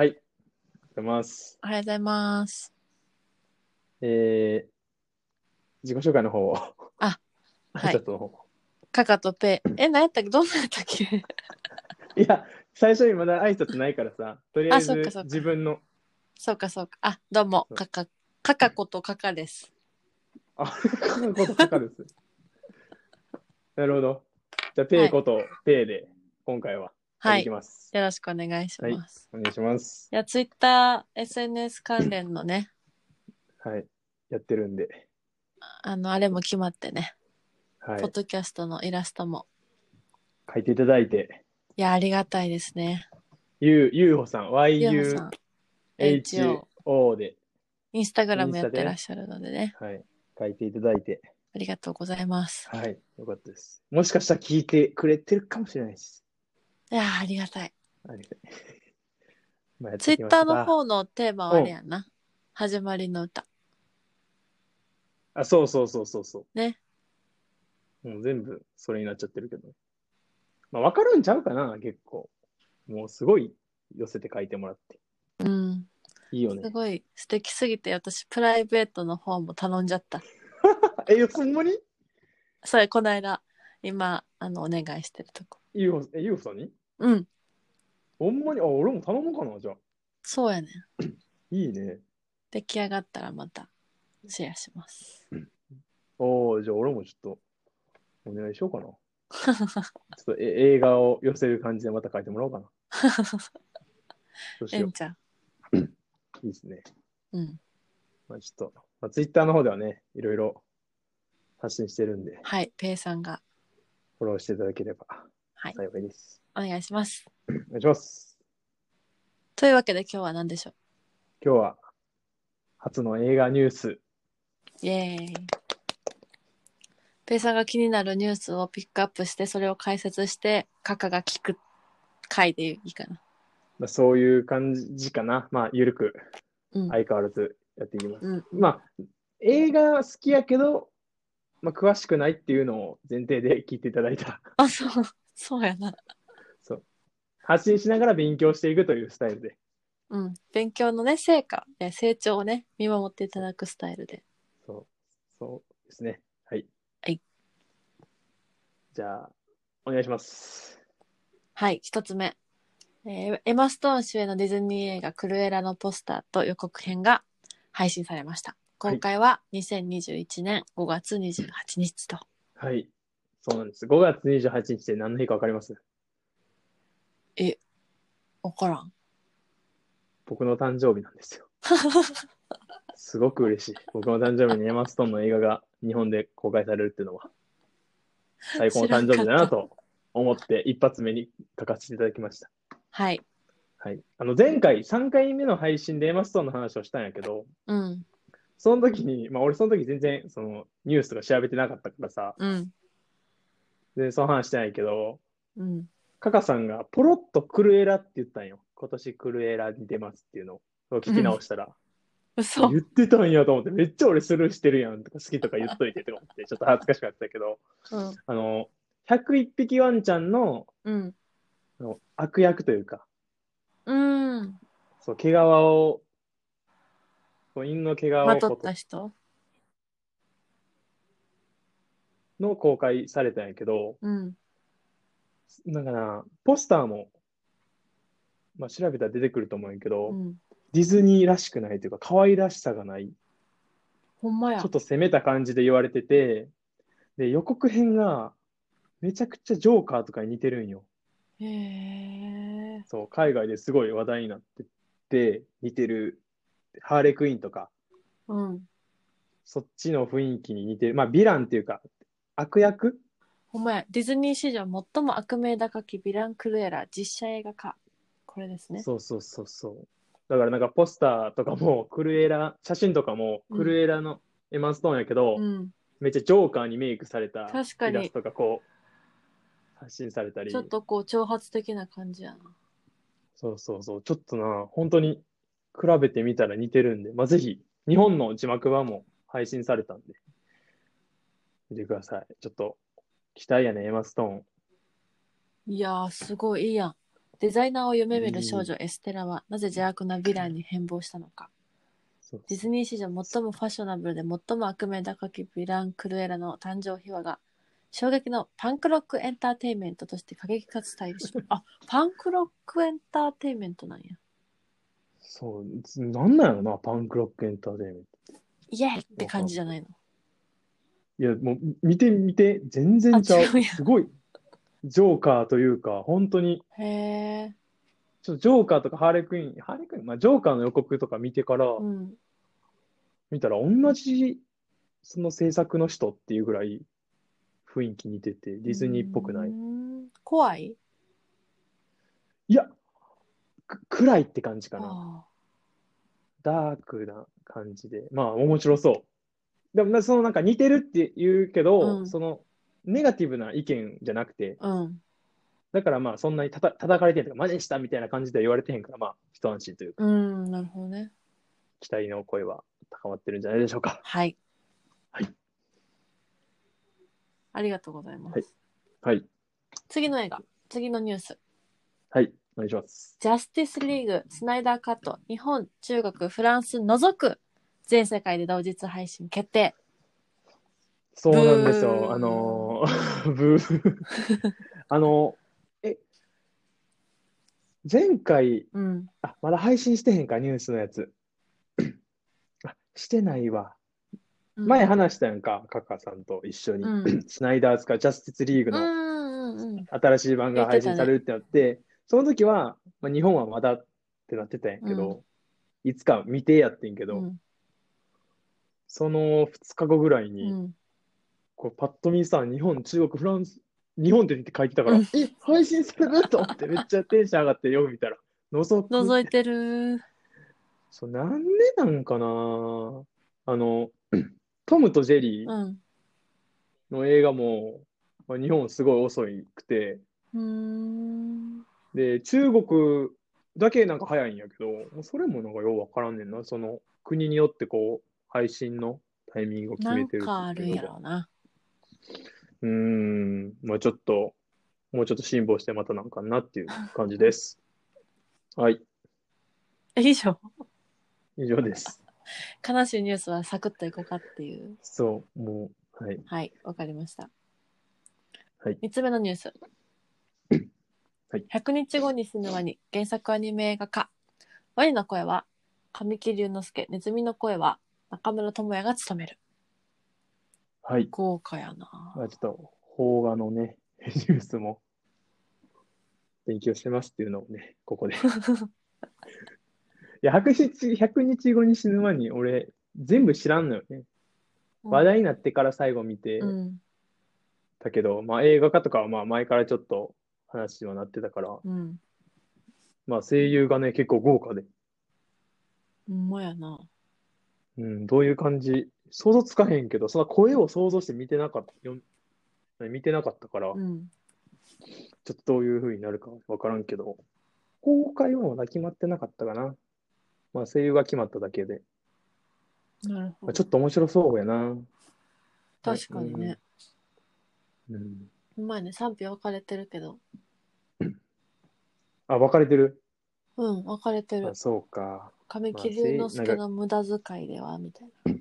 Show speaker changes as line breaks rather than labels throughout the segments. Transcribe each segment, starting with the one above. ございます。
おはようございます。
えー、自己紹介の方を。
あ、はい
挨拶の方を。
カカとペイ。え、何やったっけどんなんやったっけ
いや、最初にまだ挨拶ないからさ、とりあえ
あそっ
ず
かそっか
自分の、
そうかそうか。あ、どうも、カカ、カカことカカです。
あ、このことかかるです。なるほど。じゃあ、ペイこと、ペイで、今回は、
は
やってい
い。
き
よ
ます。
ろしくお願いします。
はい
い、
お願いします。
や、ツイッター、SNS 関連のね、
はい。やってるんで。
あの、あれも決まってね、
はい
ポッ。ドキャストのイラストも。
書いていただいて、
いや、ありがたいですね。
ゆう、ゆうほさん、
ゆうほさん、
YUHO で、
インスタグラムやってらっしゃるのでね、
はい。書いていただいて、
ありがとうございます。
はい、よかったです。もしかしたら聞いてくれてるかもしれないです。
いや、ありがたい。
ありがたいまあやっ
ツイ
てき
ッ
まし
タ
た
ーの方のテーマはあれやんな。始まりの歌。
あ、そうそうそうそうそう。
ね。
もう全部それになっちゃってるけど。まあ、わかるんちゃうかな、結構。もうすごい寄せて書いてもらって。
うん。
いいよ
す
ね。
ごい素敵すぎて私プライベートの方も頼んじゃった
え、ほんまに
それこの間今あのお願いしてるとこ
ゆうほえゆうほさんに
うん
ほんまにあ、俺も頼もうかな、じゃあ。
そうやね
いいね。
出来上がったらまたシェアします
おおじゃあ俺もちょっと、お願いしようかな。 ちょっとえ映画を寄せる感じでまた書いてもらおうかな。 どうし
え
よ
んちゃん
う。いいですね。
うん
まあ、ちょっと、まあ、ツイッターの方ではね、いろいろ発信してるんで、
はいペイさんが
フォローしていただければ
はい
幸いです。
お願いします
お願いします。
というわけで今日は何でしょう
今日は、初の映画ニュース。
イエーイペイさんが気になるニュースをピックアップしてそれを解説してカカが聞く回でいいかな
まあ、そういう感じかな。まあ、ゆるく、
うん、
相変わらずやっていきます。
うんうん
まあ、映画好きやけど、まあ、詳しくないっていうのを前提で聞いていただいた。
あそうそうやな
そう。発信しながら勉強していくというスタイルで。
うん、勉強のね成果ね成長をね見守っていただくスタイルで
そう。そうですね。はい。
はい。
じゃあ、お願いします。
はい一つ目、えーエマ・ストーン主演のディズニー映画「クルエラ」のポスターと予告編が配信されました
はい
公開は2021年5月28日と、
はい。そうなんです。5月28日って何の日か分かります
わからん
僕の誕生日なんですよ。すごく嬉しい。僕の誕生日にエマストーンの映画が日本で公開されるっていうのは、最高の誕生日だなと思って、一発目に書かせていただきました。
はい
はい。あの、前回、3回目の配信でエマストーンの話をしたんやけど、
うん
その時に、まあ俺その時全然そのニュースとか調べてなかったからさ、
うん
全然その話してないけど、
うん
カカさんがポロッとクルエラって言ったんよ。今年クルエラに出ますっていうのを聞き直したら、
嘘
言ってたんやと思って、めっちゃ俺スルーしてるやんとか好きとか言っといてとか思って、ちょっと恥ずかしかったけど、
うん
あの、101匹ワンちゃんの
うん
あの悪役というか、
うん
そう、毛皮を、そう犬の毛皮を
まとった人
の公開されたんやけど、
うん
なんかな、ポスターも、まあ、調べたら出てくると思うんやけど、
うん
ディズニーらしくないというか、可愛らしさがない、ち
ほんまや
ょっと攻めた感じで言われてて、で、予告編が、めちゃくちゃジョーカーとかに似てるんよ。
へえ
そう、海外ですごい話題になってて、似てる、ハーレクイーンとか、
うん
そっちの雰囲気に似てる、まあ、ヴィランっていうか、悪役
ほんまや、ディズニー史上最も悪名高きヴィラン・クルエラ実写映画化。これですね。
そうそうそうそう。だからなんかポスターとかも、クルエラ、写真とかも、クルエラのエマンストーンやけど、
うん。
めっちゃジョーカーにメイクされた
確かに
イラストがこう、発信されたり
ちょ、っとこう、挑発的な感じやな。
そうそうそう、ちょっとな、本当に比べてみたら似てるんで、まあ、ぜひ、日本の字幕版も配信されたんで、見てください。ちょっと、期待やね、エマストーン。
いやー、すごいいいやん。デザイナーを夢見る少女エステラはなぜ邪悪なヴィランに変貌したのか
そう
ディズニー史上最もファッショナブルで最も悪名高きヴィラン・クルエラの誕生秘話が衝撃のパンクロックエンターテインメントとして過激かつ対立し あパンクロックエンターテインメントなんや
そう、なんなんやろな、パンクロックエンターテインメント。
イエーイって感じじゃないの
いや、もう、見て見て、全然ちゃ
あ
う。
違うやん
すごい、ジョーカーというか、本当に、
へえ
ちょっとジョーカーとかハーレクイーン、ハーレクイーン、まあ、ジョーカーの予告とか見てから、
うん。
見たら、同じ、その制作の人っていうぐらい、雰囲気似てて、ディズニーっぽくないう
ん怖い
いや、く暗いって感じかな。
あ
ダークな感じで。まあ、面白そう。でもな、そのなんか似てるって言うけど、
うん
その、ネガティブな意見じゃなくて、
あうん
だからまあ、そんなにたた叩かれてるとか、マジしたみたいな感じでは言われてへんから、まあ、一安心というか、
うんなるほどね
期待の声は高まってるんじゃないでしょうか。
はい
はい
ありがとうございます、
はいはい。
次の映画次のニュース
はい。お願いします。
ジャスティスリーグ、スナイダーカット、日本、中国、フランス除く、全世界で同日配信決定。
そうなんです
ブー
よ。あのー ブ ー。あのーえ、前回、
うん。
あ、まだ配信してへんか、ニュースのやつ。あ、してないわ。前話したやんか、カッカさんと一緒に。
うん
スナイダーズかジャスティスリーグ
うん
の
うんうんうん。
新しい版が配信されるってなって、その時は、まあ、日本はまだってなってたんやけど、いつか見てやってんけど、
うん
その2日後ぐらいうに、
ん
こうパッと見さ、日本、中国、フランス、日本って書いてたから、
うん
え、配信されると思って、めっちゃテンション上がってよく見たら、覗く。
覗いてる。
そうなんでなんかなあの、トムとジェリー
うん。
の映画も、まあ、日本すごい遅くて、
うーん。
で、中国だけなんか早いんやけど、それもなんかようわからんねんな。その国によってこう、配信のタイミングを決
な
め
ん
てる
かあ
って
る
い
ん
う
や
のが
ろうな。
うーん、まあちょっと、もうちょっと辛抱してまたなんかなっていう感じ です。はい、
え以上。
以上です。
悲しいニュースはサクッといこうかっていう。
そう、もう、はい。
はい、わかりました。
はい
3つ目のニュース。
はい
100日後に死ぬワニ、原作アニメ映画化。ワニの声は、神木隆之介、ネズミの声は、中村智也が務める。
はい。
豪華やな。
まあちょっと、邦画のね、ニュースも、勉強してますっていうのをね、こ こで。いや、100日、100日後に死ぬ前に、俺、全部知らんのよね。話題になってから最後見て
うん、
たけど、まあ映画化とかはまあ前からちょっと話はなってたから、
うん。
まあ声優がね、結構豪華で、
ほんまやな。
うん、どういう感じ、想像つかへんけど、そんな声を想像して見てなかった、よ見てなかったから、ち
う
ょ
ん。
っとどういう風になるかわからんけど、公開はまだ決まってなかったかな。まあ声優が決まっただけで、
なるほ
まあ、
ど。
ちょっと面白そうやな。
確かにね。
うん。
ほんまやね、賛否分かれてるけど。
あ、分かれてる。
うん、分かれてる
あ、。そうか。
神木
まあせ
隆
い
之介の無駄遣いでは、みたいな。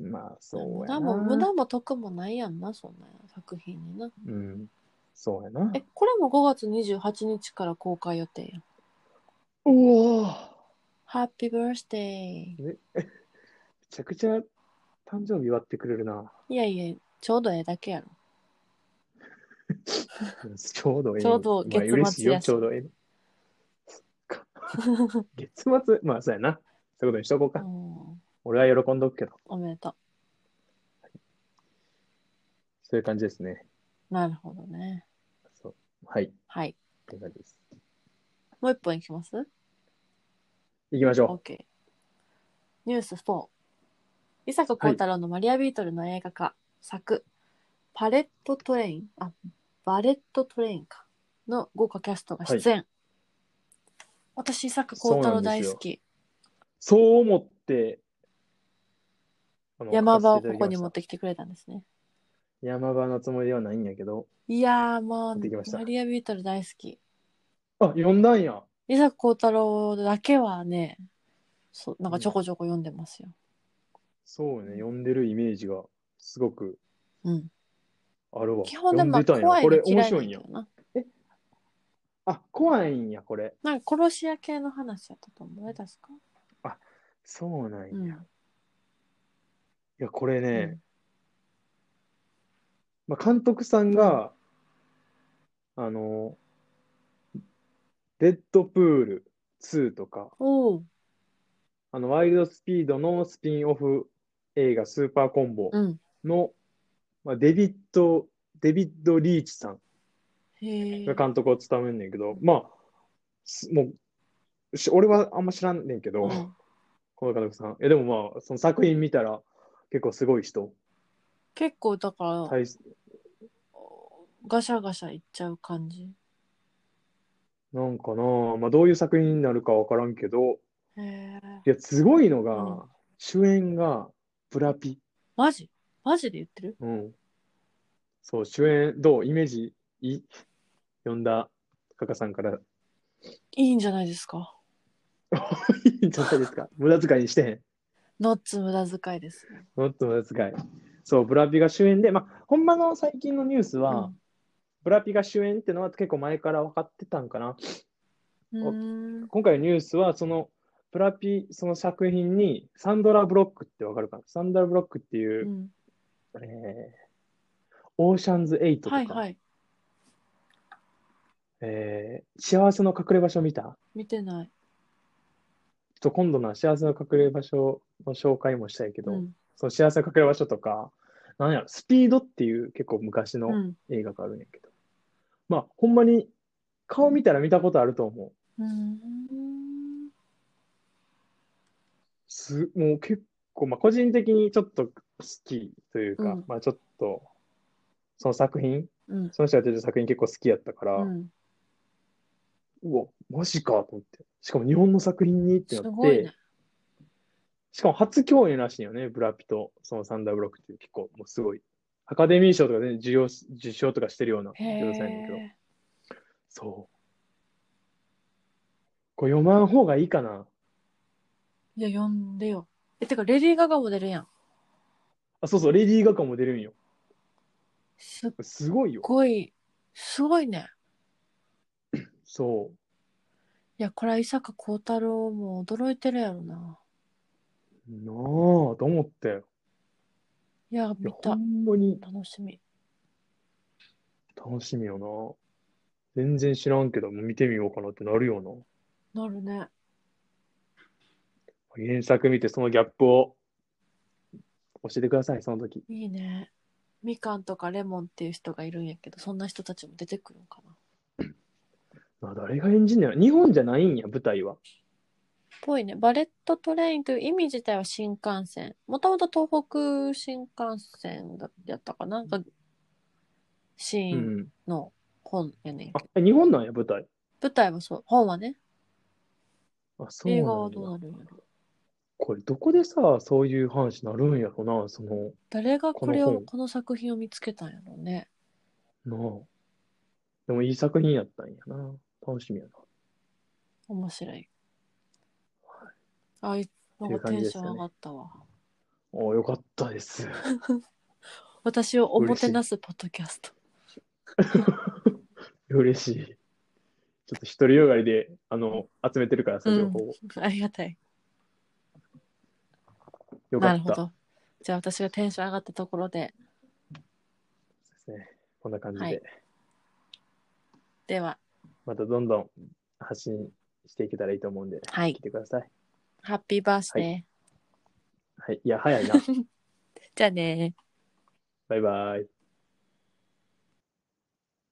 まあそう
無
やな。
駄も無駄も得もないやんなそんな作品にな
うん。そうやな。
えこれも5月28日から公開予定やん
おおめ
ハッピーバースデー
ちゃくちゃ誕生日祝ってくれるな。
いやいやちょうどええだけやろ
ちょうどいい。
ちょうど月末
まあ嬉しい
や
よ、
し
ちょうどいい。そっか 月末、まあそうやな。そういうことにしとこうか。
うん
俺は喜んどくけど。
おめでと
そういう感じですね。
うなるほどね
そうはい。
はい
こんな感じです。
もう一本いきます
行きましょ
OK ニュース4伊坂幸太郎のマリアビートルの映画化、作パレットトレインあバレットトレインかの豪華キャストが出演、私伊坂幸太郎大好き
う。そう思って、あの
山場を
書かせ
こ
ていただき
こ
ま
に
した
持ってきてくれたんですね
山場のつもりではないんやけど、
いやー
持
も
ってきまし
う
た
マリアビートル大好き
あ、読んだんや。
伊坂幸太郎だけはね、そう、なんかちょこちょこ読んでますよ。
そうね、読んでるイメージがすごく
うん。
あるわ。
基本でもまあ
読んでたん
怖
や。
いの
これ面
嫌いな
白い
ん
ん
だ
や
よ。な。
あ、怖いんや、これ。
なんか殺し屋系の話だったと思うね、確か。
そうなんや。
うん
いや、これね、まあ、監督さんが、あの、デッドプール2とか、
うんおう。
あの、ワイルドスピードのスピンオフ映画スーパーコンボ
うん。
の、まあ、デビッド、デビッド・リーチさん
へえ。
が監督を務めんねんけど、まあ、すもう、し俺はあんま知らんねんけど、
うん
この監督さん。え、でもまあ、その作品見たら結構すごい人。
結構だから、
大
ガシャガシャいっちゃう感じ。
なんかなあまあどういう作品になるかわからんけど、
へえ。
いや、すごいのが、
うん
主演がブラピ。
マジマジで言ってる
うん。そう、主演、どうイメージいい呼んだカカさん から、
いいんじゃないですか。
いいんじゃないですか。無駄遣いにしてへん。
ノッツ無駄遣いですね。
もっと無駄遣い。そう、ブラピが主演で、まあ、ほんまの最近のニュースは、ブラピが主演ってのは結構前から分かってたんかな。
うん。うーん
今回のニュースは、その、ブラピ、その作品に、サンドラ・ブロックってわかるかなサンドラ・ブロックっていう
う、ん。
えーオーシャンズ8とか、
はいはい。
えー幸せの隠れ場所見た
見てない。
ちょっと今度の幸せの隠れ場所の紹介もしたいけど、
うん。
その幸せの隠れ場所とか、なんやろ、スピードっていう結構昔
う
の
ん。
映画があるんやけど、まあ、ほんまに顔見たら見たことあると思う。
うーん。
すもう結構、まあ、個人的にちょっと好きというか、
うん
まあ、ちょっと、その作品、
うん。
その人が出てる作品結構好きやったから、う
うん
わ、マジかと思って。しかも日本の作品にって
す
なっ
ご
て、
いね。
しかも初共演らしいよね、ブラピとそのサンダーブロックっていう結構もうすごい。アカデミー賞とかね、受賞受賞とかしてるような
へ
業者やねんけど。
え。
そう。これ読まん方がいいかな。
いや、読んでよ。え、てか、レディー・ガガも出るやん。
あ、そうそう、レディー・ガガも出るんよ。
すっ
すごいよ。
ごい、すごいね。
そう。
いや、これは伊坂幸太郎も驚いてるやろな。
なあと思ったよ。
いや、
いや、
見
ほ
た。
んまに
楽しみ。
楽しみよな。全然知らんけど、もう見てみようかなってなるよな。
なるね。
原作見てそのギャップを教えてください、その時。
いいね。みかんとかレモンっていう人がいるんやけど、そんな人たちも出てくるのかな。
あ誰が演じんねや日本じゃないんや、舞台は。
ぽいね。バレットトレインという意味自体は新幹線。もともと東北新幹線だったかな。がシ
う
ーン
ん。
の本やねんけど、
あ、日本なんや、舞台。
舞台はそう、本はね。
あ、そう
映画
な
は
ん
どう
や。
なるんやろ。
これ、どこでさ、そういう話なるんやろな、その、
誰がこれ
こ
を、
の
この
本
作品を見つけたんやろうね。
なあ。でも、いい作品やったんやな。楽しみやな。
面白い。あい、なんかテンション上がったわ。
およかったです。
私をおもてなすポッドキャスト。
嬉しい。ちょっと独りよがりで、あの、集めてるからさ、
うん
情報を。
ありがたい。
よ
な
か
る
っ
ほ
たで
ど。じゃあ私がテンション上がったところで、
すね。こんな感じで、
はいでは、
またどんどん発信していけたらいいと思うんで、
はい
来。てください。
ハッピーバースデー。
はい。いや、早いな。
じゃあねー。
バイバイ。